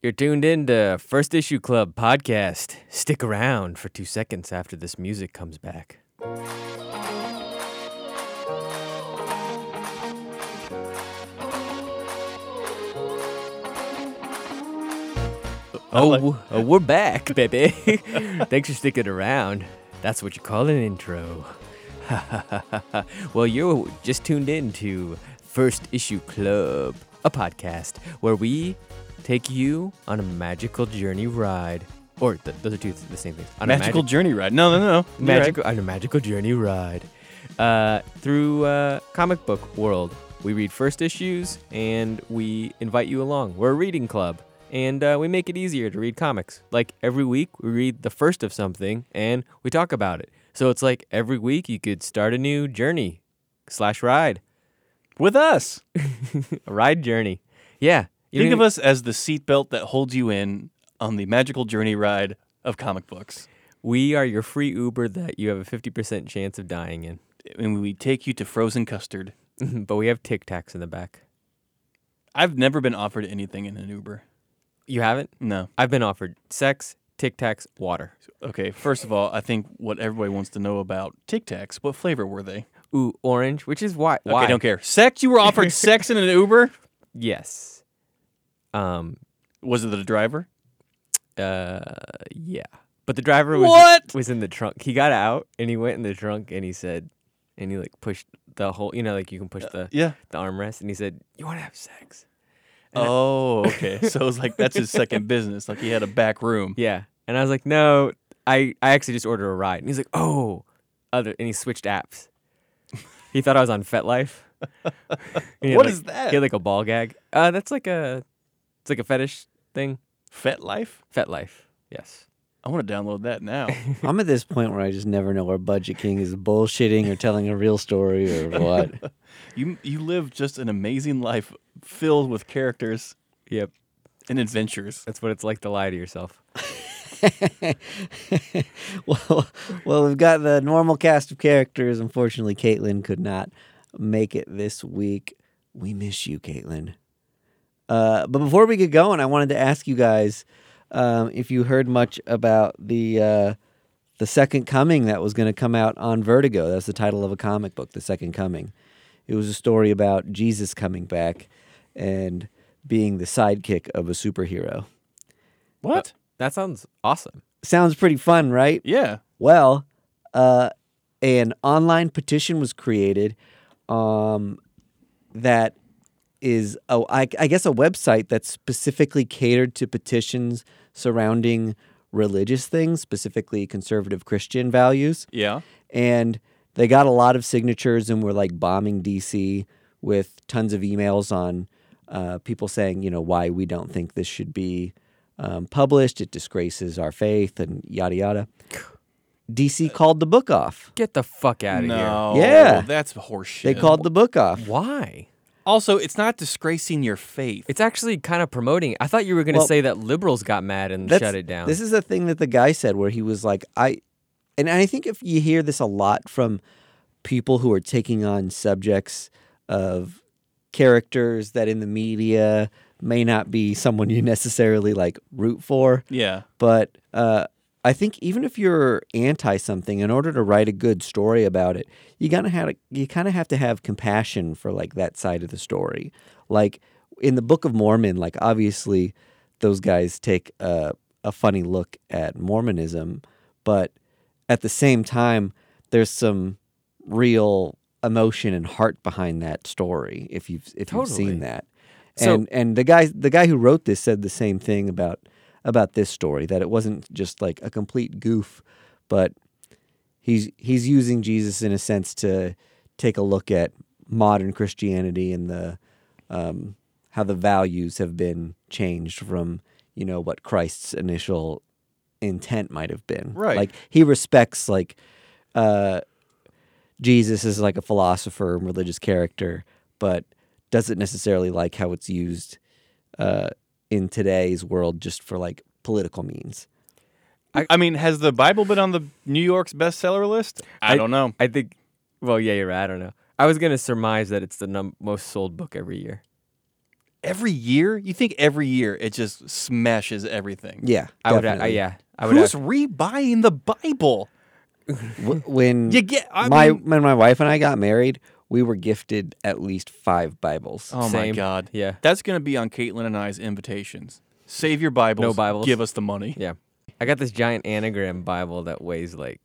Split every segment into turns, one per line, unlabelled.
You're tuned in to First Issue Club podcast. Stick around for two seconds after this music comes back. Oh, w- oh, we're back, baby. Thanks for sticking around. That's what you call an intro. well, you're just tuned in to First Issue Club, a podcast where we take you on a magical journey ride. Or th- those are two th- the same things. On
Magical
a magic-
journey ride. No, no, no. You're
magical on a magical journey ride uh, through uh, comic book world. We read first issues and we invite you along. We're a reading club and uh, we make it easier to read comics. Like every week, we read the first of something and we talk about it. So it's like every week you could start a new journey slash ride,
right. With us.
a ride journey. Yeah. You
Think
don't
of us as the seatbelt that holds you in on the magical journey ride of comic books.
We are your free Uber that you have a 50% chance of dying in.
And we take you to frozen custard.
but we have Tic Tacs in the back.
I've never been offered anything in an Uber.
You haven't?
No.
I've been offered sex, Tic Tacs, water.
Okay, first of all, I think what everybody wants to know about Tic Tacs, what flavor were they?
Ooh, orange, which is why. why?
Okay, don't care. Sex? You were offered sex in an Uber?
Yes. Um.
Was it the driver?
Uh. Yeah. But the driver was
What?
was in the trunk. He got out and he went in the trunk and he said, and he like pushed the whole. You know, like you can push the
Yeah.
the armrest and he said, "You want to have sex?"
Oh, okay. So it was like that's his second business. Like he had a back room.
Yeah. And I was like, "No, I I actually just ordered a ride." And he's like, "Oh, other," and he switched apps. He thought I was on FetLife.
What
What is
is that?
He had like a ball gag. Uh, that's like a, it's like a fetish thing.
Fet life?
FetLife. Yes.
I want to download that now.
I'm at this point where I just never know where Budget King is bullshitting or telling a real story or what.
You you live just an amazing life filled with characters
Yep.
and adventures.
That's what it's like to lie to yourself.
well, well, we've got the normal cast of characters. Unfortunately, Caitlin could not make it this week. We miss you, Caitlin. Uh, but before we get going, I wanted to ask you guys um, if you heard much about the uh, the Second Coming that was going to come out on Vertigo. That's the title of a comic book, The Second Coming. It was a story about Jesus coming back and being the sidekick of a superhero.
What?
That sounds awesome.
Sounds pretty fun, right?
yeah.
Well, uh, an online petition was created um, that is, oh, I, I guess, a website that's specifically catered to petitions surrounding religious things, specifically conservative Christian values
Yeah.
and they got a lot of signatures and were like bombing DC with tons of emails on uh, people saying, you know, why we don't think this should be um, published. It disgraces our faith and yada yada. DC called the book off.
Get the fuck out of
No.
Yeah.
That's horseshit.
They called the book off.
here. Why?
Also, it's not disgracing your faith.
It's actually kind of promoting. I thought you were going to
Well,
say that liberals got mad and
That's-
shut it down.
This is a thing that the guy said where he was like, I, and I think if you hear this a lot from people who are taking on subjects of characters that in the media may not be someone you necessarily like root for,
yeah.
but uh, I think even if you're anti something, in order to write a good story about it, you gotta have you kind of have to have compassion for like that side of the story. Like in the Book of Mormon, like obviously those guys take a, a funny look at Mormonism, but at the same time, there's some real emotion and heart behind that story. If you've if you've
Totally.
seen that,
So-
and and the guy the guy who wrote this said the same thing about about this story that it wasn't just like a complete goof, but he's he's using Jesus in a sense to take a look at modern Christianity and the um, how the values have been changed from you know what Christ's initial intent might have been.
Right.
Like he respects like uh, Jesus is like a philosopher and religious character, but doesn't necessarily like how it's used uh, in today's world just for like political means.
I, I mean, has the Bible been on the New York's bestseller list? I, don't know.
I think, well, yeah, you're right. I don't know. I was going to surmise that it's the num- most sold book every year.
every year, you think every year it just smashes everything.
uh, Yeah,
I would. I,
definitely.
yeah, I would.
Who's
have-
rebuying the Bible?
W- when
You get I
my
mean,
when my wife and I got married, we were gifted at least five Bibles.
oh my
same.
god,
Yeah.
that's gonna be on Caitlin and I's invitations. Save your Bibles.
No Bibles.
Give us the money.
yeah, I got this giant anagram Bible that weighs like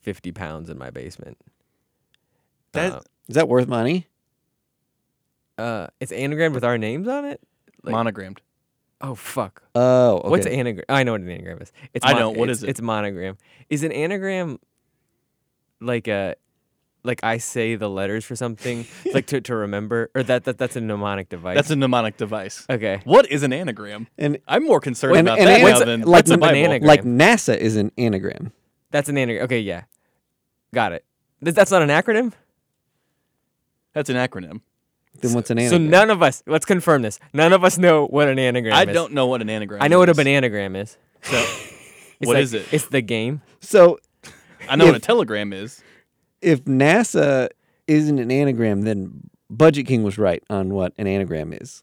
fifty pounds in my basement. Um,
That
Is that worth money?
Uh, it's anagrammed with our names on it. like-
monogrammed.
Oh fuck!
Oh, okay.
What's an anagram? I know what an anagram is. It's
I don't. What
it's,
is it?
It's monogram. Is an anagram like a like I say the letters for something like to, to remember or that, that that's a mnemonic device.
That's a mnemonic device.
okay.
What is an anagram?
An-
I'm more concerned
an-
about
an
that now
anagram-
than
like
what's a
an
Bible.
anagram.
like NASA is an anagram.
That's an anagram. Okay, yeah, got it. Th- That's not an acronym.
That's an acronym.
Then what's an
So
anagram?
none of us. Let's confirm this. None of us know what an anagram
I
is.
don't know what an anagram.
I know what a
is.
bananagram is.
So,
It's
what
like-
is it?
It's the game.
So
I know what a
if-
telegram is.
if NASA isn't an anagram, then Budget King was right on what an anagram is.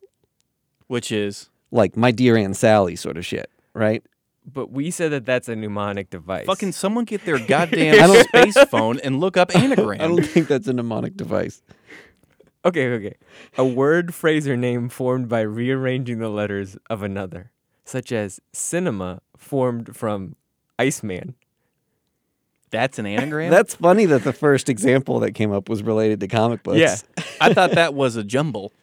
which is
Like my dear Aunt Sally sort of shit, right?
But we said that that's a mnemonic device.
fucking someone get their
I
goddamn
don't-
space phone and look up anagram.
I don't think that's a mnemonic device.
Okay, okay. A word, phrase, or name formed by rearranging the letters of another, such as cinema formed from Iceman.
That's an anagram.
That's funny that the first example that came up was related to comic books.
Yeah.
I thought that was a jumble.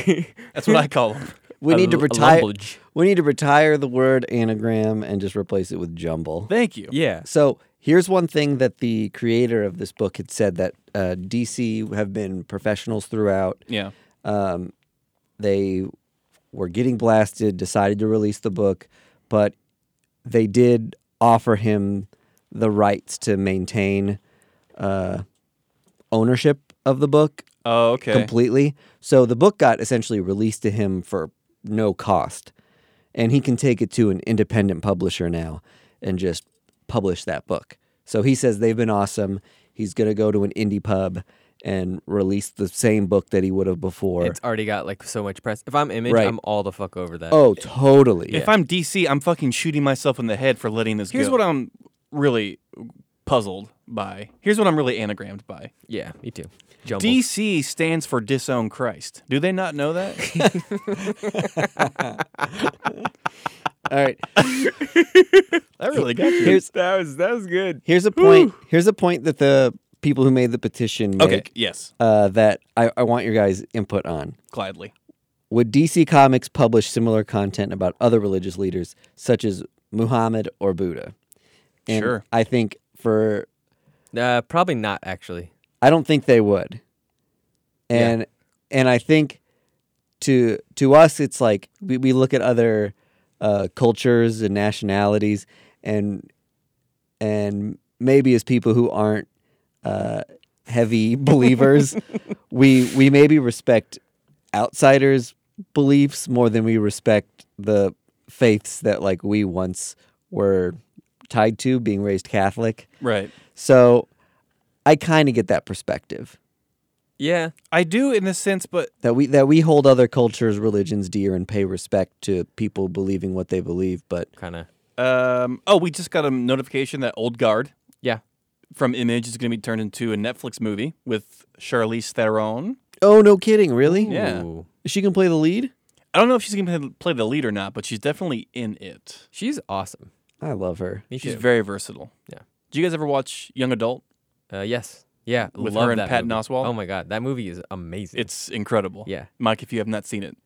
That's what I call them.
We
A
need to
l- a
retire
lumblage.
we need to retire the word anagram and just replace it with jumble.
Thank you.
Yeah.
So here's one thing that the creator of this book had said that uh, DC have been professionals throughout.
Yeah.
Um, they were getting blasted, decided to release the book, but they did offer him the rights to maintain uh, ownership of the book
Oh, okay.
completely. So the book got essentially released to him for no cost. And he can take it to an independent publisher now and just publish that book. So he says they've been awesome. He's going to go to an indie pub and release the same book that he would have before.
It's already got like so much press. If I'm image,
Right.
I'm all the fuck over that.
oh, totally.
If I'm DC, I'm fucking shooting myself in the head for letting this Here's
go.
what I'm really puzzled by. Here's what I'm really anagrammed by.
Yeah, me too. Jumbled.
DC stands for disown Christ. Do they not know that?
All right.
that really got you.
Here's
that was that was good.
here's a point. Here's a point that the people who made the petition make
Okay. Yes.
uh, that I, I want your guys' input on.
Gladly.
Would DC Comics publish similar content about other religious leaders, such as Muhammad or Buddha? And
Sure.
I think for
Uh, probably not actually.
I don't think they would, and and I think to to us it's like we, we look at other uh, cultures and nationalities and and maybe as people who aren't uh, heavy believers, we we maybe respect outsiders' beliefs more than we respect the faiths that like we once were tied to, being raised Catholic.
Right.
So I kind of get that perspective
Yeah.
I do in this sense, but
that we that we hold other cultures, religions dear and pay respect to people believing what they believe, but
Kind of.
um, oh, we just got a notification that Old Guard
Yeah.
from Image is going to be turned into a Netflix movie with Charlize Theron.
oh no kidding, really?
Yeah.
Ooh.
She can play the lead?
I don't know if she's going to play the lead or not, but she's definitely in it.
She's awesome.
I love her.
Me
She's
too.
very versatile.
Yeah.
Do you guys ever watch Young Adult?
uh, yes. Yeah.
With
love
her and
that
Patton
movie.
Oswalt?
Oh my god, that movie is amazing.
It's incredible.
yeah.
Mike, if you have not seen it,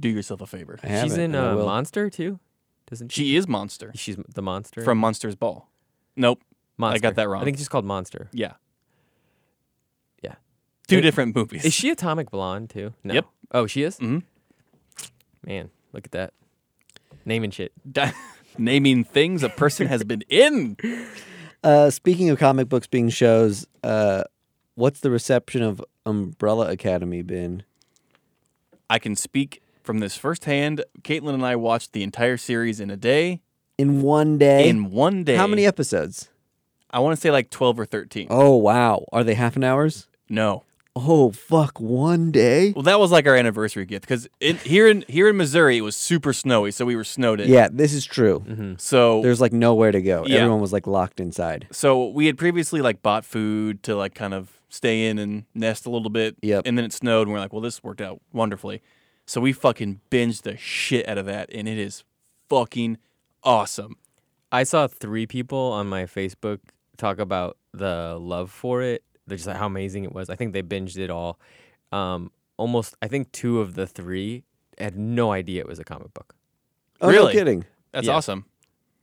do yourself a favor.
I haven't,
She's in
and I
uh,
will.
Monster too, doesn't she?
She is Monster
She's the monster
from Monsters Ball. Nope.
Monster.
got that wrong.
I think she's called Monster.
Yeah.
Yeah.
Two
It-
different movies.
Is she Atomic Blonde too? No.
Yep.
Oh, she is.
Mhm.
Man, look at that name and shit.
Di- naming things a person has been in?
Uh, speaking of comic books being shows, uh, what's the reception of Umbrella Academy been?
I can speak from this firsthand. Caitlin and I watched the entire series in a day.
In one day?
In one day.
How many episodes?
Oh.
I want to say like 12 or 13.
Oh wow. Are they half an hours?
No.
oh fuck, one day.
Well, that was like our anniversary gift because here in here in Missouri it was super snowy, so we were snowed in.
Yeah, this is true.
So
There's like nowhere to go.
Yeah.
Everyone was like locked inside.
so we had previously like bought food to like kind of stay in and nest a little bit.
Yep.
And then it snowed, and we're like, well, this worked out wonderfully. So we fucking binged the shit out of that, and it is fucking awesome.
I saw three people on my Facebook talk about the love for it. They're just like how amazing it was. I think they binged it all. Um, almost, I think two of the three had no idea it was a comic book.
Oh, no
Really?
kidding.
That's
Yeah.
awesome.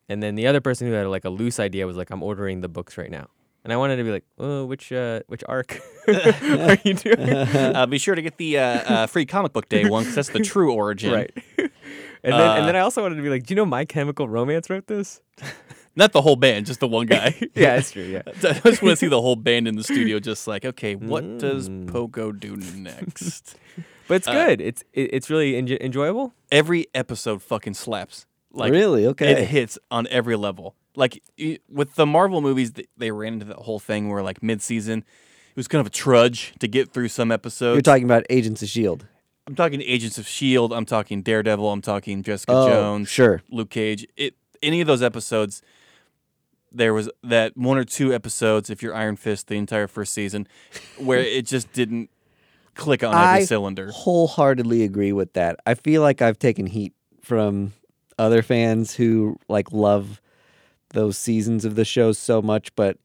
And then the other person who had like a loose idea was like, "I'm ordering the books right now." And I wanted to be like, "Oh, which uh, which arc are you doing?"
uh, be sure to get the uh, uh, free comic book day one because that's the true origin.
right. and then and then I also wanted to be like, "Do you know My Chemical Romance wrote this?"
Not the whole band, just the one guy.
Yeah, it's true. Yeah.
I just want to see the whole band in the studio, just like, okay, what does
Mm.
Poco do next?
But it's good. it's it, it's really enjo enjoyable.
every episode fucking slaps. Like
Really? Okay.
it hits on every level. Like y- with the Marvel movies, th- they ran into that whole thing where like mid-season, it was kind of a trudge to get through some episodes.
You're talking about Agents of Shield.
I'm talking Agents of Shield. E I'm talking Daredevil. I'm talking Jessica
Oh,
Jones.
sure.
Luke Cage. It any of those episodes. There was that one or two episodes, if you're Iron Fist, the entire first season, where it just didn't click on every
I
cylinder.
Wholeheartedly agree with that. I feel like I've taken heat from other fans who like love those seasons of the shows so much, but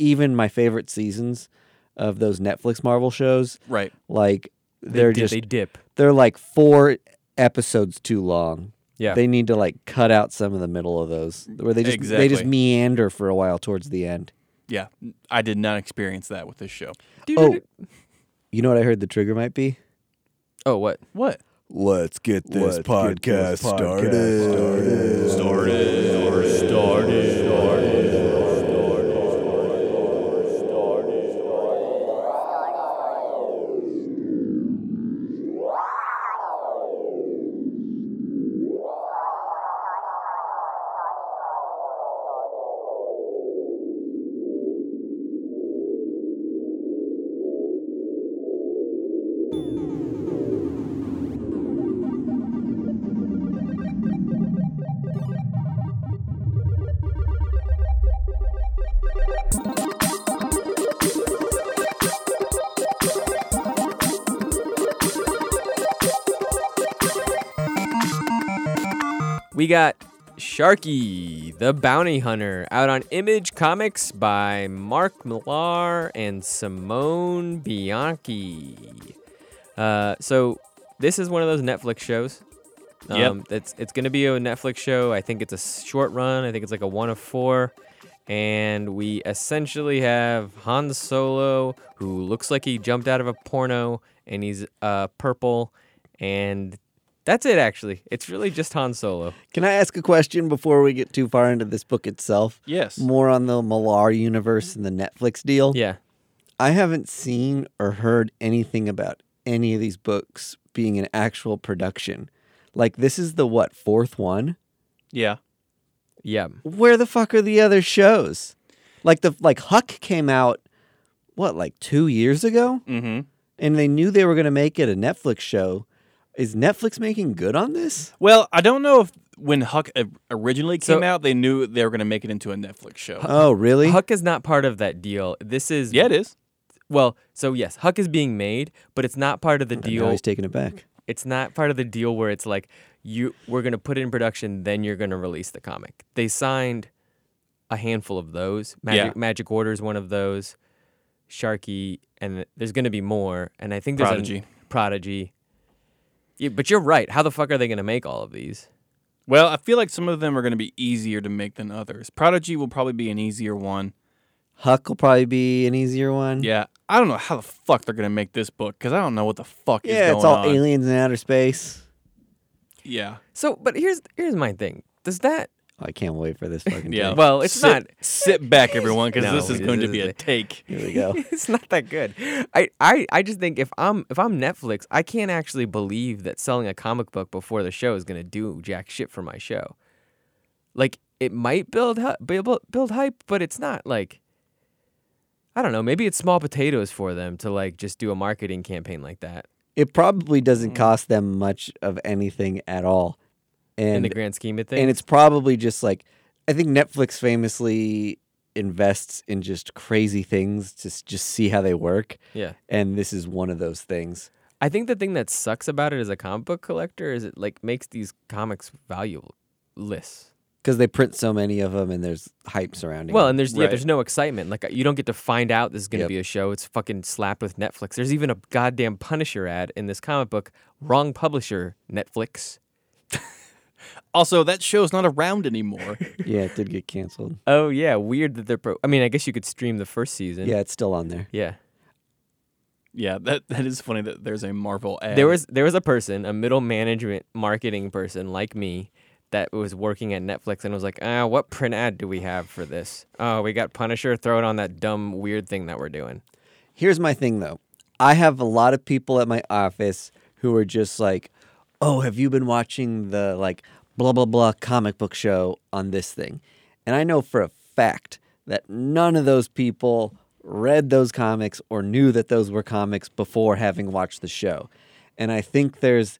even my favorite seasons of those Netflix Marvel shows,
Right.
like
They
they're
dip-
just
they dip.
they're like four episodes too long.
Yeah.
They need to like cut out some of the middle of those where they just they just
Exactly.
meander for a while towards the end.
Yeah. I did not experience that with this show.
Oh, you know what I heard the trigger might be?
Oh, what?
What?
Let's get this podcast started.
We got Sharky, the Bounty Hunter, out on Image Comics by Mark Millar and Simone Bianchi. Uh, so this is one of those Netflix shows. Um,
Yep.
It's it's gonna be a Netflix show. I think it's a s- short run. I think it's like a one of four. And we essentially have Han Solo, who looks like he jumped out of a porno, and he's uh, purple, and that's it. Actually, it's really just Han Solo.
Can I ask a question before we get too far into this book itself?
Yes.
More on the Millar universe and the Netflix deal.
Yeah.
I haven't seen or heard anything about any of these books being an actual production. Like this is the what fourth one?
Yeah.
Yeah.
Where the fuck are the other shows? Like the like Huck came out what like two years ago,
Mm-hmm.
and they knew they were going to make it a Netflix show. Is Netflix making good on this?
Well, I don't know if when Huck o- originally came
So-
out, they knew they were going to make it into a Netflix show.
Oh, really?
Huck is not part of that deal. This is
yeah, it is.
well, so yes, Huck is being made, but it's not part of the
Now
deal.
he's taking it back.
It's not part of the deal where it's like you we're going to put it in production then you're going to release the comic. They signed a handful of those. Magic
Yeah.
Magic Order is one of those. Sharky and there's going to be more and I think there's an-
Prodigy.
Prodigy. Yeah, but you're right. How the fuck are they going to make all of these?
Well, I feel like some of them are going to be easier to make than others. Prodigy will probably be an easier one.
Huck will probably be an easier one.
Yeah, I don't know how the fuck they're going to make this book because I don't know what the fuck is
Yeah,
going
it's all
on.
aliens in outer space.
Yeah,
So, but here's here's my thing. Does that
Oh, I can't wait for this fucking
yeah.
thing.
Well, it's
Sit-
not-
Sit back, everyone, because
No,
this is
it
going to be a
isn't.
take.
Here we go.
it's not that good. I, I I just think if I'm if I'm Netflix, I can't actually believe that selling a comic book before the show is gonna do jack shit for my show. Like it might build hu- build build hype, but it's not like I don't know. Maybe it's small potatoes for them to like just do a marketing campaign like that
It probably doesn't cost them much of anything at all. And
in the grand scheme of things.
and it's probably just like I think Netflix famously invests in just crazy things to s- just see how they work,
yeah.
and this is one of those things.
I think the thing that sucks about it as a comic book collector is it like makes these comics valuable lists.
Because they print so many of them, and there's hype surrounding.
Well,
it.
and there's yeah,
Right.
there's no excitement. Like uh, you don't get to find out this is going to
Yep.
be a show. It's fucking slapped with Netflix. There's even a goddamn Punisher ad in this comic book. Wrong publisher, Netflix.
Also, that show's not around anymore.
yeah, it did get canceled.
Oh yeah, weird that they're. Pro- I mean, I guess you could stream the first season.
Yeah, it's still on there.
Yeah.
yeah, that that is funny that there's a Marvel ad.
There was there was a person, a middle management marketing person like me, that was working at Netflix and was like, ah, what print ad do we have for this? Oh, we got Punisher. Throw it on that dumb weird thing that we're doing.
Here's my thing though. I have a lot of people at my office who are just like, "Oh, have you been watching the like blah blah blah comic book show on this thing?" And I know for a fact that none of those people read those comics or knew that those were comics before having watched the show. And I think there's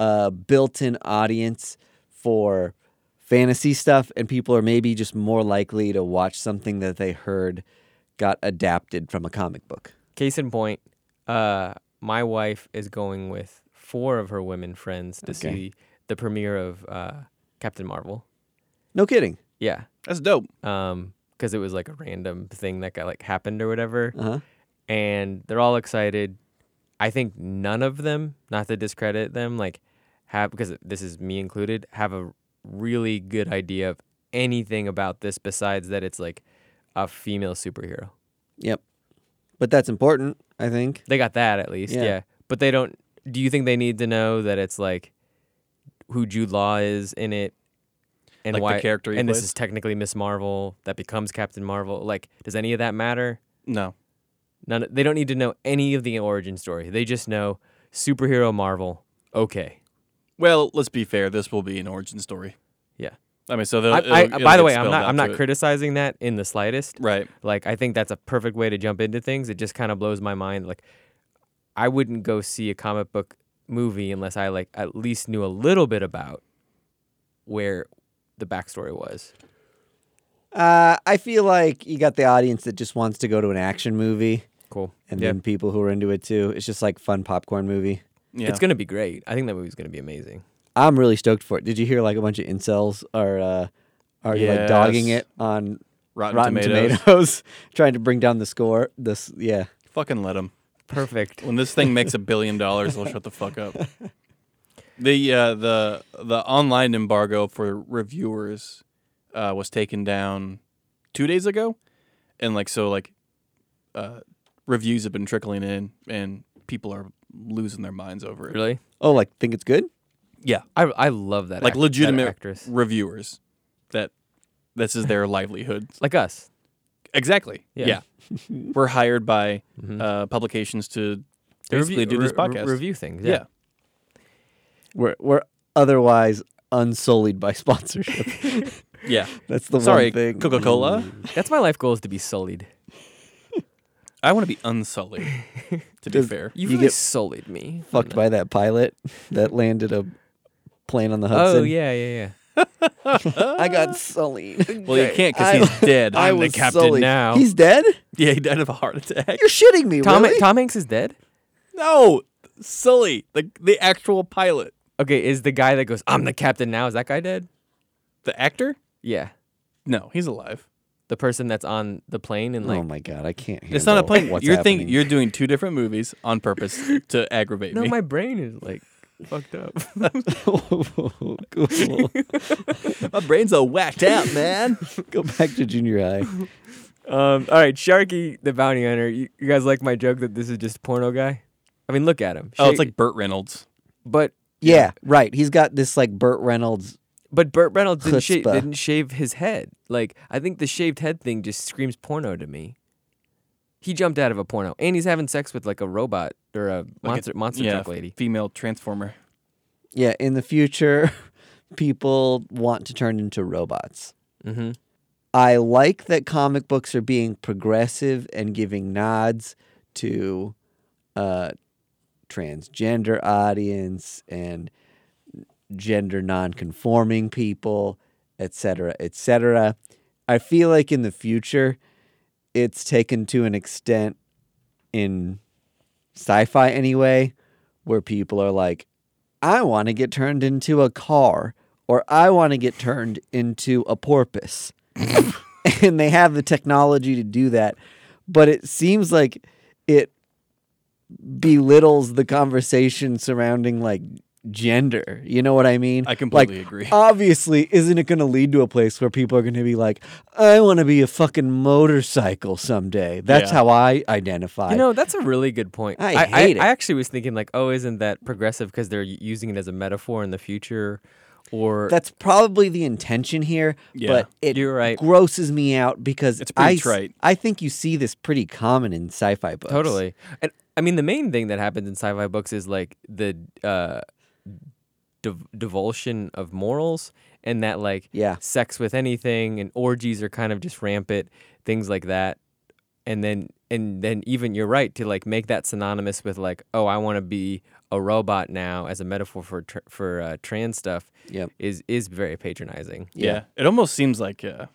a built-in audience for fantasy stuff and people are maybe just more likely to watch something that they heard got adapted from a comic book.
Case in point, uh, my wife is going with four of her women friends to
Okay.
see the premiere of uh, Captain Marvel.
No kidding.
Yeah,
that's dope.
because it was like a random thing that got like happened or whatever.
Uh-huh.
and they're all excited. I think none of them, not to discredit them, like have because this is me included, have a really good idea of anything about this besides that it's like a female superhero.
Yep. But that's important, I think.
They got that at least,
Yeah.
yeah. But they don't. Do you think they need to know that it's like who Jude Law is in it? And
Like the
why
character he
and this
plays?
is technically Miss Marvel that becomes Captain Marvel. Like, does any of that matter?
No,
None. They don't need to know any of the origin story. They just know superhero Marvel. Okay.
well, let's be fair. This will be an origin story.
Yeah.
I mean, so the,
I, I, by the way, I'm not. I'm not criticizing that in the slightest.
right.
Like, I think that's a perfect way to jump into things. It just kind of blows my mind. Like, I wouldn't go see a comic book movie unless I like at least knew a little bit about where the backstory was.
Uh, I feel like you got the audience that just wants to go to an action movie
Cool.
and
yeah.
then people who are into it too. It's just like fun popcorn movie.
Yeah.
It's gonna be great. I think that movie's gonna be amazing.
I'm really stoked for it. Did you hear like a bunch of incels are uh, are like dogging
Yes.
it on
Rotten,
Rotten
tomatoes.
Tomatoes, trying to bring down the score. This yeah.
Fucking let them.
Perfect.
When this thing makes a billion dollars, they'll shut the fuck up. The uh, the the online embargo for reviewers uh, was taken down two days ago, and like so like uh, reviews have been trickling in, and people are losing their minds over it.
Really?
Oh, like think it's good?
Yeah,
I I love that.
like
act- that
legitimate
actress.
reviewers that this is their livelihood.
Like us.
Exactly. Yeah,
Yeah.
we're hired by
Mhm.
uh, publications to
To
basically do this
re- re-
podcast.
review things.
yeah.
Yeah.
We're we're otherwise unsullied by sponsorship.
Yeah.
That's the
Sorry,
one thing. Mm.
Coca Cola.
That's my life goal is to be sullied.
I want to be unsullied, to be
Does-
fair.
You,
You
really
get
sullied me.
Fucked by that pilot that landed a plane on the
Oh
Hudson.
yeah, yeah,
I got sullied.
Well, you can't because
I-
he's dead.
I
I'm the
was
captain
sullied.
now.
He's dead?
yeah, he died of a heart attack.
You're shitting me,
yeah. Tom
really?
Tom Hanks is dead.
No, Sully, the, the actual pilot.
Okay, is the guy that goes, "I'm the captain now"? Is that guy dead?
The actor?
Yeah,
No, he's alive.
the person that's on the plane and like.
oh my god, I can't.
It's not a
handle
plane.
What's
you're
happening.
thinking you're doing two different movies on purpose to aggravate
no,
me.
my brain is like fucked up.
cool.
my brain's all whacked out, man.
Go back to junior high.
um, all right, Sharky the bounty hunter. You, you guys like my joke that this is just porno guy? I mean, look at him.
oh,
Sha-
it's like Burt Reynolds.
but
Yeah, right. He's got this like Burt Reynolds.
but Burt Reynolds didn't, sha-
Chutzpah.
didn't shave his head. Like I think the shaved head thing just screams porno to me. He jumped out of a porno, and he's having sex with like a robot or a monster monster
yeah,
truck lady.
female transformer.
Yeah, in the future, people want to turn into robots.
Mm-hmm.
I like that comic books are being progressive and giving nods to uh, transgender audience and gender nonconforming people, et cetera, et cetera. I feel like in the future, it's taken to an extent in sci-fi anyway, where people are like, I want to get turned into a car, or I want to get turned into a porpoise. and they have the technology to do that. But it seems like it belittles the conversation surrounding like gender. You know what I mean?
I
Like,
completely agree.
Obviously, isn't it going to lead to a place where people are going to be like, I want to be a fucking motorcycle someday? That's
Yeah.
how I identify.
You know, that's a really good point.
I hate it.
I actually was thinking like, oh, isn't that progressive because they're y- using it as a metaphor in the future, or
That's probably the intention here,
Yeah,
but it
you're right.
grosses me out because
It's pretty
I, s-
trite.
I think you see this pretty common in sci-fi books.
Totally. And I mean, the main thing that happens in sci-fi books is like the uh, div- divulsion of morals, and that like
Yeah.
sex with anything and orgies are kind of just rampant, things like that. And then and then even you're right to like make that synonymous with like, oh, I want to be a robot now as a metaphor for tr- for uh, trans stuff.
Yep.
Is is very patronizing.
yeah. It almost seems like uh,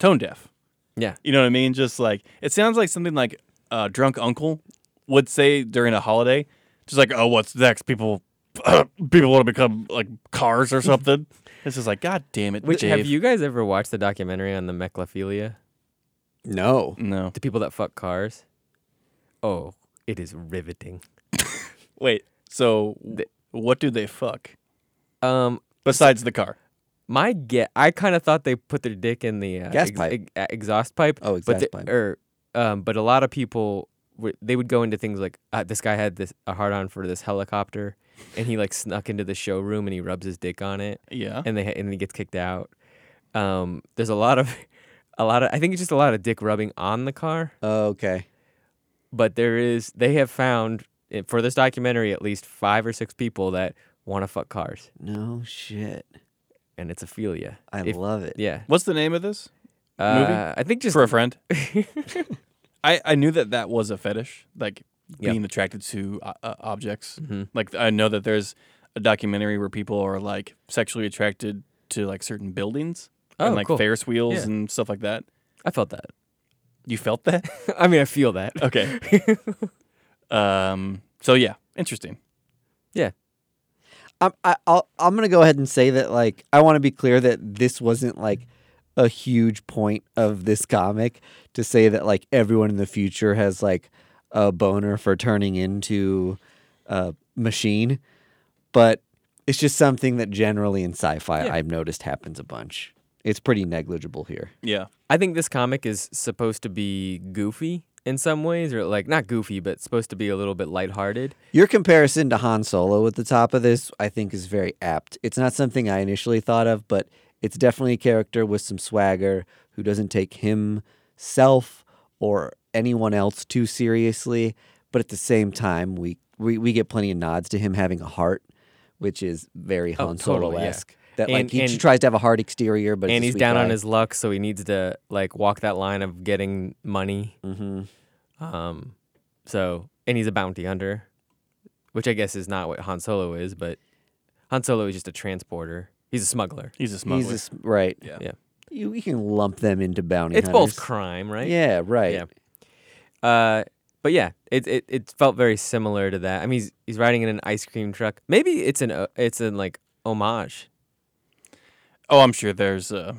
tone deaf.
Yeah.
You know what I mean? Just like it sounds like something like a drunk uncle would say during a holiday. Just like, oh, what's next? People, people want to become like cars or something. it's just like, god damn it,
Which have
Dave."
you guys ever watched the documentary on the mechlophilia?
No.
No,
The people that fuck cars. Oh, it is riveting.
wait. So, w- what do they fuck
Um,
besides the car?
my get, I kind of thought they put their dick in the uh,
Gas pipe.
e- exhaust pipe.
Oh,
but
exhaust
the,
pipe.
Or, um, but a lot of people were, they would go into things like uh, this guy had this a hard on for this helicopter, and he like snuck into the showroom and he rubs his dick on it,
Yeah.
and they ha- and he gets kicked out. Um, there's a lot of, a lot of I think it's just a lot of dick rubbing on the car.
Oh, okay.
but there is they have found eh, for this documentary at least five or six people that want to fuck cars
No shit.
and it's ophelia
I
If-
love it.
yeah
What's the name of this?
uh,
Movie?
i think just
For a friend. I I knew that that was a fetish, like
Yeah.
being attracted to uh, uh, objects.
Mhm.
Like I know that there's a documentary where people are like sexually attracted to like certain buildings
Oh,
and like
cool.
Ferris wheels
Yeah.
and stuff like that.
i felt that
You felt that?
i mean i feel that
okay. um. So yeah, interesting.
I'm I, I'll, I'm gonna go ahead and say that like I want to be clear that this wasn't like a huge point of this comic to say that like everyone in the future has like a boner for turning into a machine, but it's just something that generally in sci-fi
Yeah.
I've noticed happens a bunch. It's pretty negligible here.
Yeah.
i think this comic is supposed to be goofy in some ways or like not goofy but supposed to be a little bit lighthearted
Your comparison to Han Solo at the top of this, I think, is very apt. It's not something I initially thought of, but it's definitely a character with some swagger who doesn't take himself or anyone else too seriously. But at the same time, we, we, we get plenty of nods to him having a heart, which is very
Oh,
Han
totally, yeah.
Solo esque. That
And-
like he
and-
tries to have a hard exterior, but
and
it's
he's
a
down on his luck so he needs to like walk that line of getting money
hmm
um so and he's a bounty hunter which i guess is not what han solo is but han solo is just a transporter he's a smuggler
He's a smuggler.
He's just right.
Yeah.
Yeah.
you, you can lump them into bounty.
it's both
hunters.
crime, right?
Yeah, right.
Yeah. Uh, but yeah, it, it it felt very similar to that. I mean, he's he's riding in an ice cream truck. Maybe it's an o- it's an like homage.
oh, I'm sure there's uh,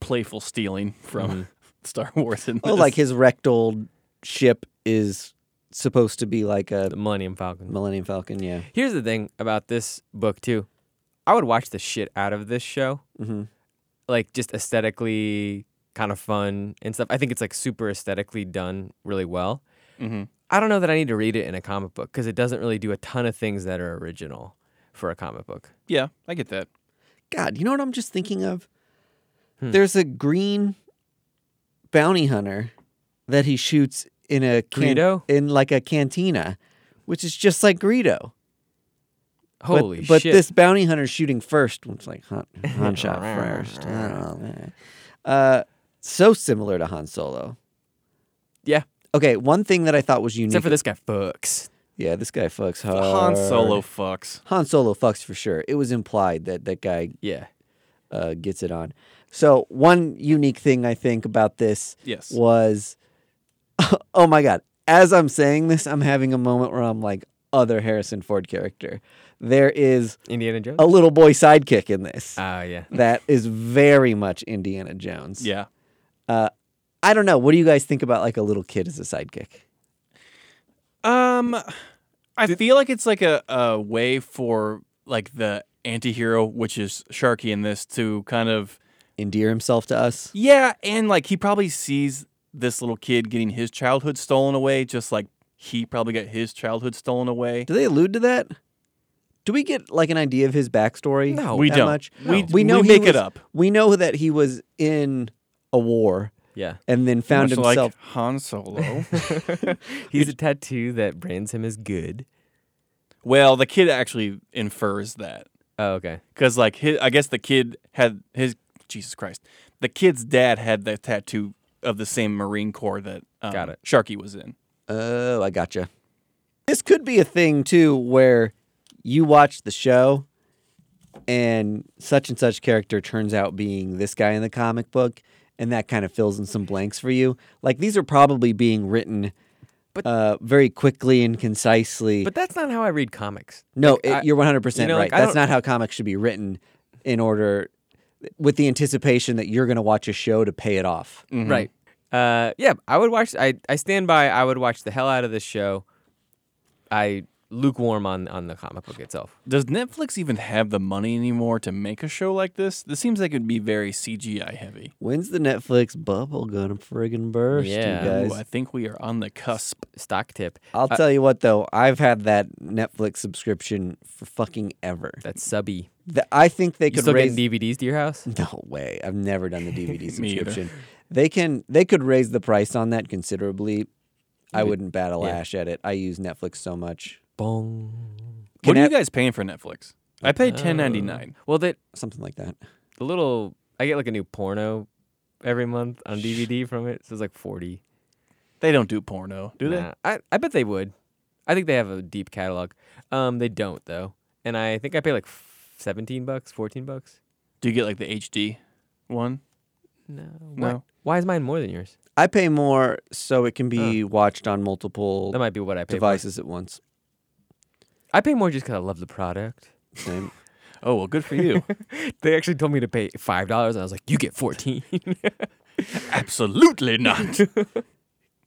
playful stealing from Star Wars in this.
Oh, like his rectal ship is supposed to be like a
The Millennium Falcon.
Millennium Falcon. Yeah.
Here's the thing about this book too. I would watch the shit out of this show.
hmm
like just aesthetically kind of fun and stuff. I think it's like super aesthetically done really well.
Mm-hmm.
Mhm.
I don't know that I need to read it in a comic book because it doesn't really do a ton of things that are original for a comic book.
Yeah, I get that.
God, you know what I'm just thinking of?
Hmm.
There's a green bounty hunter that he shoots in a can-
Greedo?
in like a cantina, which is just like Greedo. But-
Holy
but,
shit!
this bounty hunter shooting first was like hunt, hunt shot first. I don't know. Uh, so similar to Han Solo.
yeah,
Okay, one thing that I thought was unique.
except for this guy fucks.
yeah, this guy fucks hard.
Han Solo fucks.
Han Solo fucks for sure. It was implied that that guy
Yeah,
uh, gets it on. So one unique thing I think about this
Yes.
was, oh my god! As I'm saying this, I'm having a moment where I'm like, other Harrison Ford character. There is
Indiana Jones.
a little boy sidekick in this
Ah, yeah.
that is very much Indiana Jones.
Yeah.
I don't know. What do you guys think about like a little kid as a sidekick?
Um, I feel like it's like a, a way for like the anti-hero, which is Sharky in this, to kind of
Endear himself to us.
yeah, and like he probably sees this little kid getting his childhood stolen away, just like he probably got his childhood stolen away.
Do they allude to that? Do we get like an idea of his backstory?
No.
We
that
don't.
Much?
We-
we know
we
he
make it
was-
up.
We know that he was in a war
Yeah.
and then found
Much
himself.
like Han Solo.
He's a tattoo that brands him as good.
well, the kid actually infers that.
Oh, okay.
Because like his, I guess the kid had his Jesus Christ. The kid's dad had the tattoo of the same Marine Corps that um,
Got it.
Sharky was in.
oh, I gotcha. This could be a thing too, where you watch the show, and such and such character turns out being this guy in the comic book, and that kind of fills in some blanks for you. Like these are probably being written.
But-
uh, very quickly and concisely.
But that's not how I read comics.
No, it,
I-
you're 100 percent
you know,
right.
like, I
That's
don't-
not how comics should be written. In order, with the anticipation that you're going to watch a show to pay it off.
Right. Uh, yeah, I would watch. I, I stand by. I would watch the hell out of this show. I lukewarm on on the comic book itself.
Does Netflix even have the money anymore to make a show like this? This seems like it would be very CGI heavy.
When's the Netflix bubble gonna friggin' burst,
Yeah.
you guys?
Ooh, I think we are on the cusp.
Stock tip.
I'll tell you what though, I've had that Netflix subscription for fucking ever.
That's subby.
The- I think they
You
could
still
raise
getting DVDs to your house?
No way. I've never done the DVD
Me either.
subscription. They can they could raise the price on that considerably. I wouldn't bat a lash at it. I use Netflix so much.
Bong.
what
Can
are
I-
you guys paying for Netflix? I pay
Uh,
ten ninety nine.
Well, that
Something like that.
the little I get like a new porno every month on DVD from it. So it's like forty.
They don't do porno, do they?
Nah, I I bet they would. I think they have a deep catalog. Um, they don't though, and I think I pay like f- seventeen bucks, fourteen bucks.
Do you get like the HD one?
No. Why,
No.
why is mine more than yours?
I pay more so it can be watched on multiple
That might be what I pay. for.
devices at once.
I pay more just because I love the product.
Same.
Oh well, good for you.
They actually told me to pay five dollars, and I was like, "You get 14
Absolutely
Oh.
not.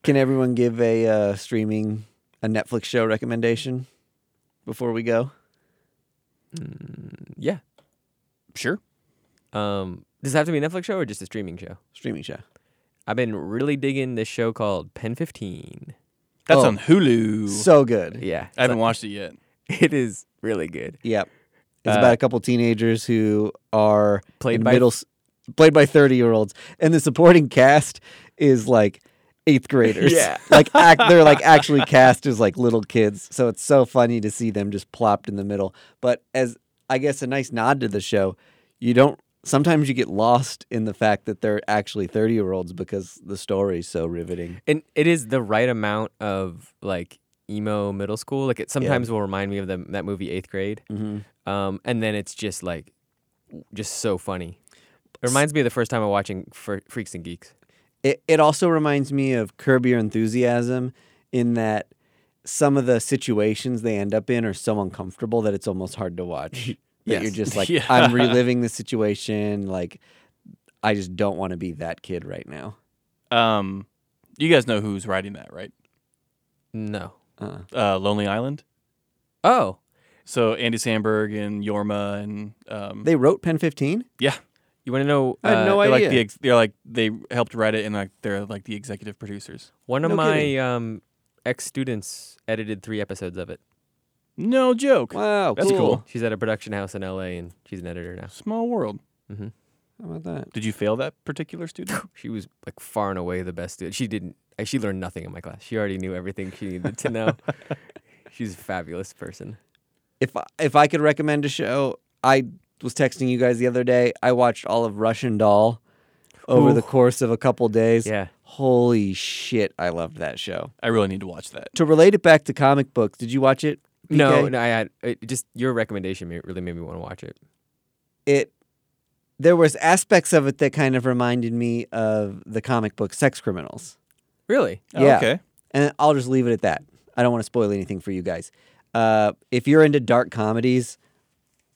Can everyone give a uh, streaming a Netflix show recommendation before we go?
Yeah.
sure.
Um, does it have to be a Netflix show or just a streaming show?
Streaming show.
I've been really digging this show called Pen Fifteen.
That's
Oh.
on Hulu.
So good.
Yeah,
I haven't watched it yet.
it is really good.
Yep. It's
Uh,
about a couple teenagers who are
Played
in
by-
middle s- played by 30-year-olds and the supporting cast is like 8th graders.
Yeah.
like act, they're like actually cast as like little kids. So it's so funny to see them just plopped in the middle. But as I guess a nice nod to the show, you don't sometimes you get lost in the fact that they're actually 30-year-olds because the story's so riveting.
and it is the right amount of like emo middle school. Like it sometimes will remind me of the, that movie Eighth Grade. Um, and then it's just like, w- just so funny. It reminds me of the first time I'm watching Fre- Freaks and Geeks.
It, it also reminds me of Curb Your Enthusiasm in that some of the situations they end up in are so uncomfortable that it's almost hard to watch. That you're
Yes.
just like,
Yeah.
I'm reliving this situation. Like, I just don't want to be that kid right now.
Um, you guys know who's writing that, right?
No.
Uh,
Uh, Lonely Island.
Oh,
So Andy Samberg and Yorma and um,
they wrote Pen 15?
yeah,
you want to know?
I had
uh,
no
they're like
idea.
the ex- they're like they helped write it and like they're like the executive producers.
One of
No
my
kidding.
um, ex students edited three episodes of it.
No joke.
wow,
That's
cool.
cool.
She's at a production house in LA and she's an editor now.
Small world.
How about that?
Did you fail that particular student?
She was like far and away the best student. She didn't. uh, She learned nothing in my class. She already knew everything she needed to know. She's a fabulous person.
if I, if I could recommend a show, I was texting you guys the other day. I watched all of Russian Doll over
Ooh.
the course of a couple days.
Yeah.
Holy shit, I loved that show.
I really need to watch that.
To relate it back to comic books, did you watch it? PK?
No, no, I had it just your recommendation ma- really made me want to watch it.
It there was aspects of it that kind of reminded me of the comic book Sex Criminals.
Really?
Oh,
Yeah.
Okay.
and I'll just leave it at that. I don't want to spoil anything for you guys. Uh, if you're into dark comedies,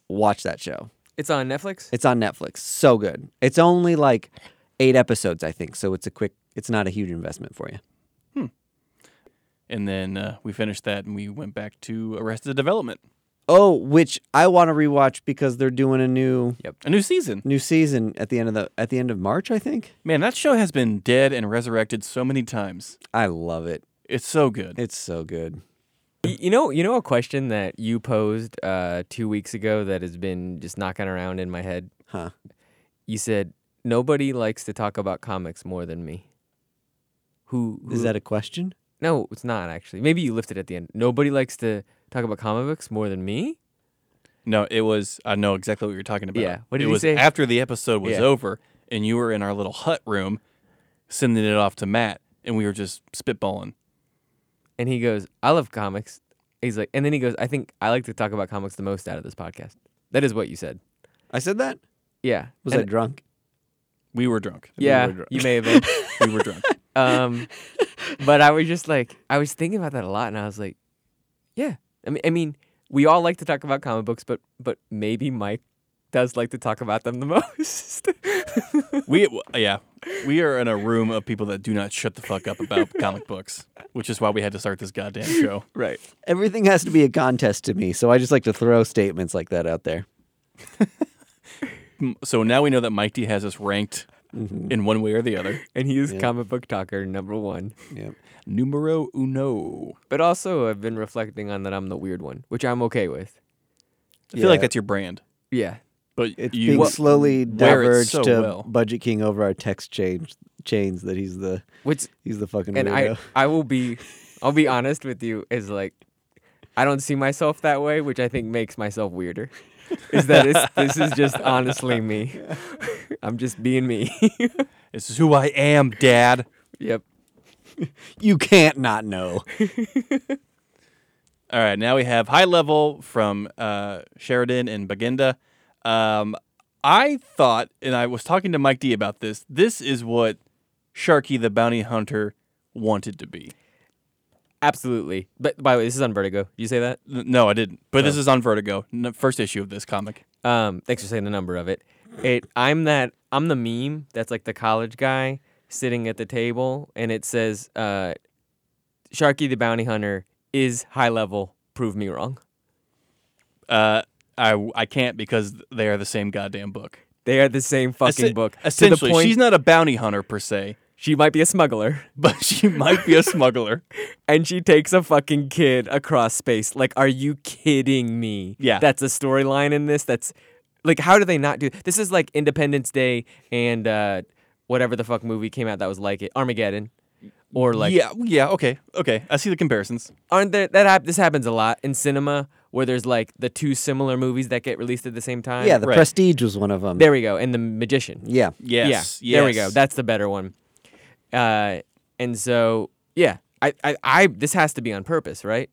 watch that show.
It's on Netflix?
It's on Netflix. So good. It's only like eight episodes, I think. So it's a quick. It's not a huge investment for you.
And then uh, we finished that and we went back to Arrested Development.
Oh, which I want to rewatch because they're doing a new
A new season.
new season at the end of the at the end of March, I think.
Man, that show has been dead and resurrected so many times.
I love it.
It's so good.
It's so good.
Y- You know, you know a question that you posed uh, two weeks ago that has been just knocking around in my head.
Huh.
You said nobody likes to talk about comics more than me. Who, who
Is that a question?
No, it's not actually. Maybe you lifted at the end. Nobody likes to talk about comic books more than me.
No, it was. I know exactly what you're talking about.
Yeah. What did
it
he
was
say?
after the episode was
Yeah.
over, and you were in our little hut room, sending it off to Matt, and we were just spitballing.
And he goes, "I love comics." He's like, and then he goes, "I think I like to talk about comics the most out of this podcast." That is what you said.
I said that.
Yeah.
Was
And-
I drunk?
We were drunk.
Yeah,
we were drunk.
you may have been.
we were drunk.
um, but I was just like, I was thinking about that a lot, and I was like, yeah. I mean, I mean, we all like to talk about comic books, but but maybe Mike does like to talk about them the most.
We yeah, we are in a room of people that do not shut the fuck up about comic books, which is why we had to start this goddamn show.
right.
Everything has to be a contest to me, so I just like to throw statements like that out there.
M- So now we know that Mike D has us ranked
Mm-hmm.
in one way or the other.
And he is comic book talker number one.
Yep.
Numero uno.
But also, I've been reflecting on that I'm the weird one, which I'm okay with.
I feel like
Yeah.
that's your brand,
Yeah.
but
It's
you
being slowly
wear it
diverged
so
to
well.
Budget King over our text change chains that he's the
Which
he's the fucking
and
weirdo.
I I will be I'll be honest with you is like I don't see myself that way, which I think makes myself weirder. Is that it's, this is just honestly me. I'm just being me.
this is who I am, Dad.
yep.
you can't not know.
All right, now we have high level from uh, Sheridan and Baginda. Um, I thought, and I was talking to Mike D about this. This is what Sharky the Bounty Hunter wanted to be.
Absolutely. But by the way, this is on Vertigo. Did you say that?
N- No, I didn't. But this is on Vertigo, n- first issue of this comic.
Um, thanks for saying the number of it. It I'm that I'm the meme that's like the college guy sitting at the table and it says uh Sharky the bounty hunter is high level, prove me wrong.
Uh, I I can't because they are the same goddamn book.
They are the same fucking
Esse-
book. to the
Essentially,
point
she's not a bounty hunter per se,
she might be a smuggler.
but she might be a smuggler.
and she takes a fucking kid across space. Like, are you kidding me?
Yeah.
That's a storyline in this. That's like, how do they not do this? Is like Independence Day and uh, whatever the fuck movie came out that was like it, Armageddon, or like,
yeah, yeah, okay, okay. I see the comparisons.
aren't there that hap- this happens a lot in cinema where there's like the two similar movies that get released at the same time.
Yeah, the
Right.
Prestige was one of them.
there we go, and the Magician.
yeah,
Yes,
yeah, there we go.
yes.
That's the better one. Uh, and so yeah, I, I, I, this has to be on purpose, right?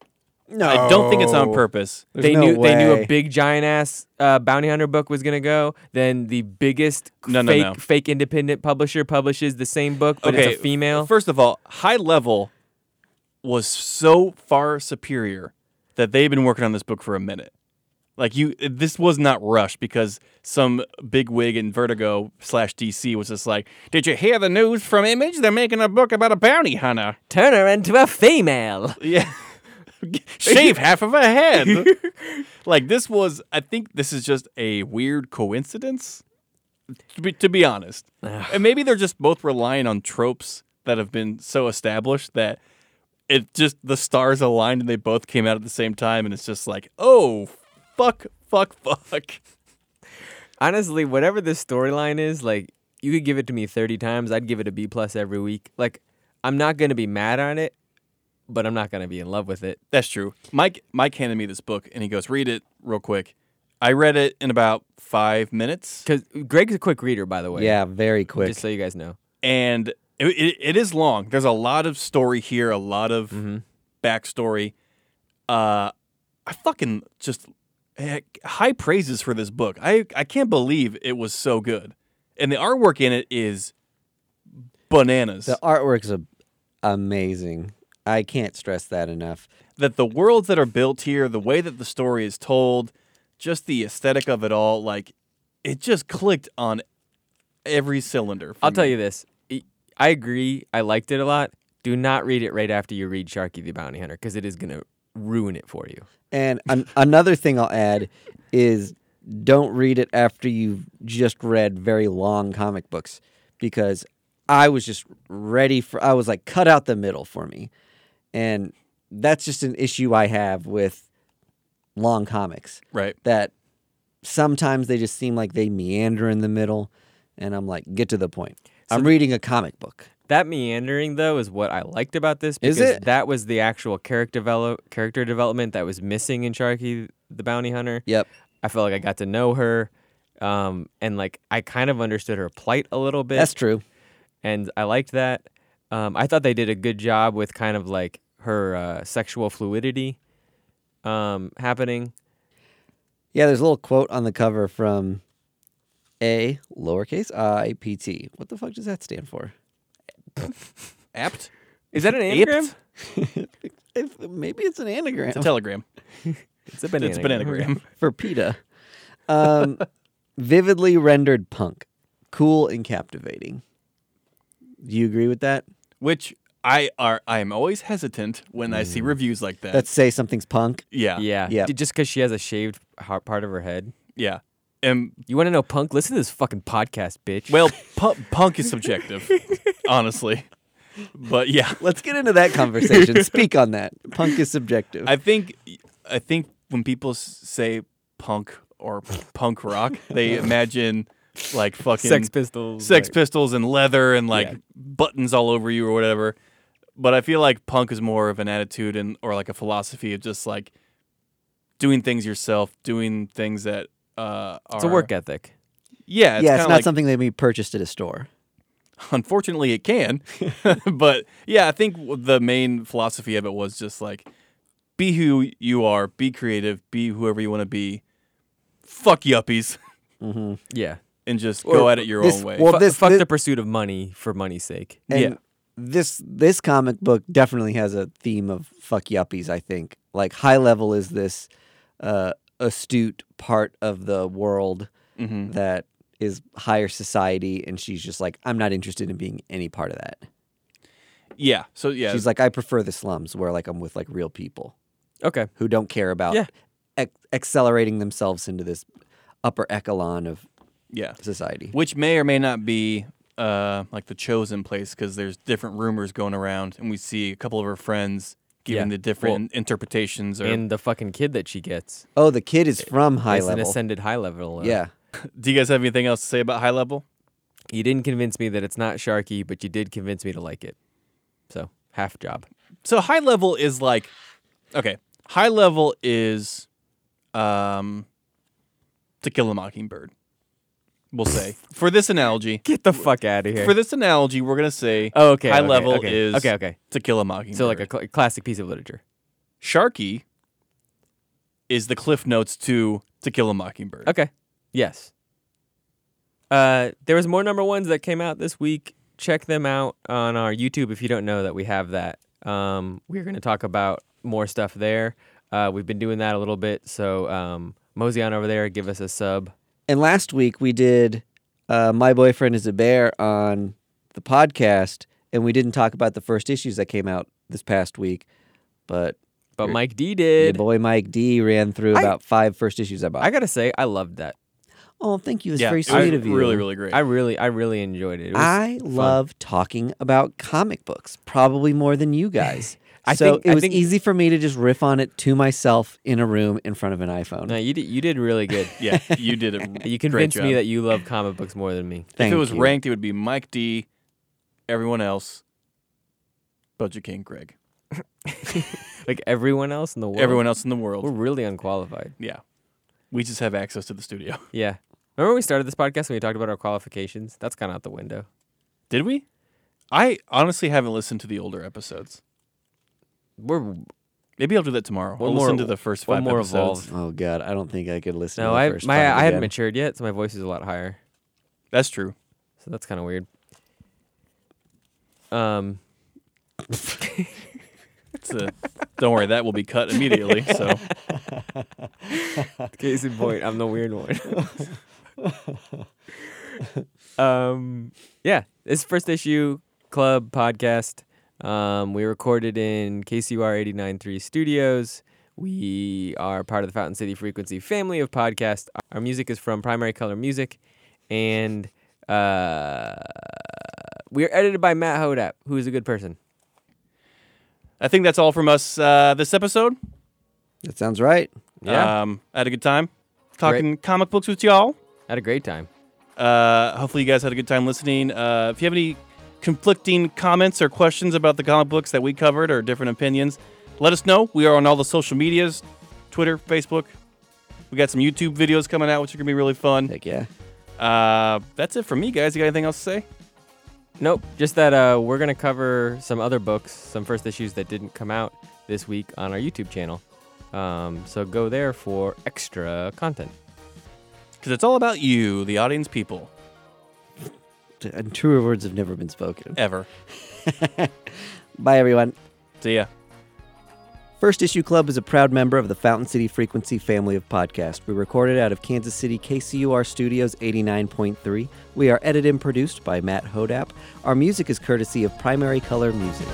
no,
I don't think it's on purpose.
There's
they
no
knew they knew
way.
a big giant ass uh, bounty hunter book was gonna go. Then the biggest
No, no,
fake
no.
fake independent publisher publishes the same book, but
okay,
it's a female.
First of all, high level was so far superior that they've been working on this book for a minute. Like you, this was not rushed because some big wig in Vertigo slash DC was just like, "Did you hear the news from Image? They're making a book about a bounty hunter.
Turn her into a female.
Yeah, shave half of her head." like this was, I think this is just a weird coincidence. To be, to be honest, and maybe they're just both relying on tropes that have been so established that it just the stars aligned and they both came out at the same time, and it's just like, oh, fuck, fuck, fuck.
Honestly, whatever this storyline is, like you could give it to me thirty times, I'd give it a B plus every week. Like I'm not gonna be mad on it, but I'm not gonna be in love with it.
That's true. Mike Mike handed me this book and he goes, "Read it real quick." I read it in about five minutes,
Cause Greg's a quick reader, by the way.
Yeah, very quick.
Just so you guys know.
and it, it, it is long. There's a lot of story here, a lot of
Mm-hmm.
backstory. Uh, I fucking just eh, high praises for this book. I I can't believe it was so good, and the artwork in it is bananas.
the artwork's a- amazing. I can't stress that enough.
that the worlds that are built here, the way that the story is told, just the aesthetic of it all, like it just clicked on every cylinder. for
I'll tell
me.
you this. I- I agree. I liked it a lot. Do not read it right after you read Sharky the Bounty Hunter because it is gonna ruin it for you.
And an- another thing I'll add is don't read it after you've just read very long comic books because I was just ready for, I was like, cut out the middle for me. And that's just an issue I have with long comics
right?
that sometimes they just seem like they meander in the middle. And I'm like, get to the point. I'm reading a comic book.
That meandering though is what I liked about this
Is
because
it?
that was the actual character develop character development that was missing in Sharky the Bounty Hunter.
Yep.
I felt like I got to know her, um, and like I kind of understood her plight a little bit.
That's true.
and I liked that. Um, I thought they did a good job with kind of like her uh, sexual fluidity um, happening.
Yeah, there's a little quote on the cover from A lowercase I P T. What the fuck does that stand for?
Apt
Is that an anagram?
If, maybe it's an anagram
telegram.
It's a banana.
It's bananagram.
for PETA. Um, vividly rendered punk, cool and captivating. Do you agree with that?
Which I are I am always hesitant when I see reviews like that.
Let's say something's punk.
yeah.
Mm. Yeah.
Yeah.
D- Just because she has a shaved har- part of her head.
Yeah. And
You want to know punk? Listen to this fucking podcast, bitch.
well, pu- punk is subjective, honestly. But yeah.
Let's get into that conversation. Speak on that. Punk is subjective.
I think I think when people s- say punk or punk rock, they imagine like fucking
Sex Pistols.
Sex
like-
Pistols and leather and like buttons all over you or whatever. But I feel like punk is more of an attitude and or like a philosophy of just like doing things yourself, doing things that uh, are
It's a work ethic.
Yeah, it's
yeah, it's
kinda
not
like-
something that we purchased at a store.
Unfortunately, it can. but yeah, I think w- the main philosophy of it was just like be who you are, be creative, be whoever you want to be. Fuck yuppies
Yeah.
and just
Or
go at it your
this-
own way.
well,
Fu-
this-
fuck
thi-
the pursuit of money for money's sake.
And
Yeah.
This this comic book definitely has a theme of fuck yuppies. I think like high level is this uh, astute part of the world
Mhm.
that is higher society, and she's just like, I'm not interested in being any part of that.
yeah. So yeah.
She's like, I prefer the slums where like I'm with like real people
Okay.
who don't care about
Yeah.
ac- accelerating themselves into this upper echelon of
yeah.
society.
Which may or may not be uh, like the chosen place because there's different rumors going around, and we see a couple of her friends giving
Yeah.
the different interpretations. Or
And the fucking kid that she gets
Oh, the kid is from high
is an
level.
ascended high level. uh,
Yeah.
do you guys have anything else to say about high level?
You didn't convince me that it's not Sharky, but you did convince me to like it. So half job.
so high level is like okay high level is um to kill a mockingbird we'll say for this analogy
Get the fuck out of here.
for this analogy we're gonna say
oh, okay.
high
okay,
level
okay,
is
okay. Okay.
to kill a mockingbird
So like a cl- classic piece of literature.
sharky is the cliff notes to to kill a mockingbird
Okay. Yes. Uh, there was more number ones that came out this week. Check them out on our YouTube if you don't know that we have that. Um, we're going to talk about more stuff there. Uh, we've been doing that a little bit. So um, mosey on over there, give us a sub.
And last week we did uh, My Boyfriend is a Bear on the podcast, and we didn't talk about the first issues that came out this past week. But
But Mike D
your
did.
boy Mike D ran through about five first issues I bought.
I gotta say, I loved that.
oh, thank you. It's
yeah
very
it was
sweet of you.
really really great
I really, I really enjoyed it. It was
I
fun.
love talking about comic books, probably more than you guys.
I
so
think-
it
I
was
think-
easy for me to just riff on it to myself in a room in front of an iPhone.
No, you did. You did really good.
yeah you did it
You
great
convinced
job.
me that you love comic books more than me.
if
Thank
it was
you.
ranked it would be mike d everyone else budget king greg
like everyone else in the world.
Everyone else in the
We're
world.
really unqualified.
Yeah. We just have access to the studio.
Yeah. Remember when we started this podcast and we talked about our qualifications? That's gone out the window.
Did we? I honestly haven't listened to the older episodes.
We're
Maybe I'll do that tomorrow.
We're
I'll
more-
listen to the first
we're
five
more
episodes.
evolved.
Oh God, I don't think I could listen.
no,
to the
I
first
my
five
I haven't
again.
matured yet, so my voice is a lot higher.
That's true.
So that's kind of weird. Um,
It's a, don't worry, that will be cut immediately. So
case in point, I'm the weird one. um, yeah, this is first issue club podcast. Um, we recorded in KCUR 89.3 studios. We are part of the Fountain City Frequency family of podcasts. Our music is from Primary Color Music, and uh, we are edited by Matt Hodap, who is a good person.
I think that's all from us uh, this episode.
That sounds right.
Yeah.
Um, I had a good time talking comic books with y'all.
Had a great time.
Uh, hopefully, you guys had a good time listening. Uh, if you have any conflicting comments or questions about the comic books that we covered or different opinions, let us know. We are on all the social medias Twitter, Facebook. We got some YouTube videos coming out, which are going to be really fun.
Heck yeah.
Uh, that's it from me, guys. You got anything else to say?
Nope, just that uh, we're going to cover some other books, some first issues that didn't come out this week on our YouTube channel. Um, so go there for extra content.
Because it's all about you, the audience people,
T- And truer words have never been spoken.
ever.
Bye, everyone.
See ya.
First Issue Club is a proud member of the Fountain City Frequency family of podcasts. We recorded out of Kansas City KCUR Studios 89.3. We are edited and produced by Matt Hodap. Our music is courtesy of Primary Color Music.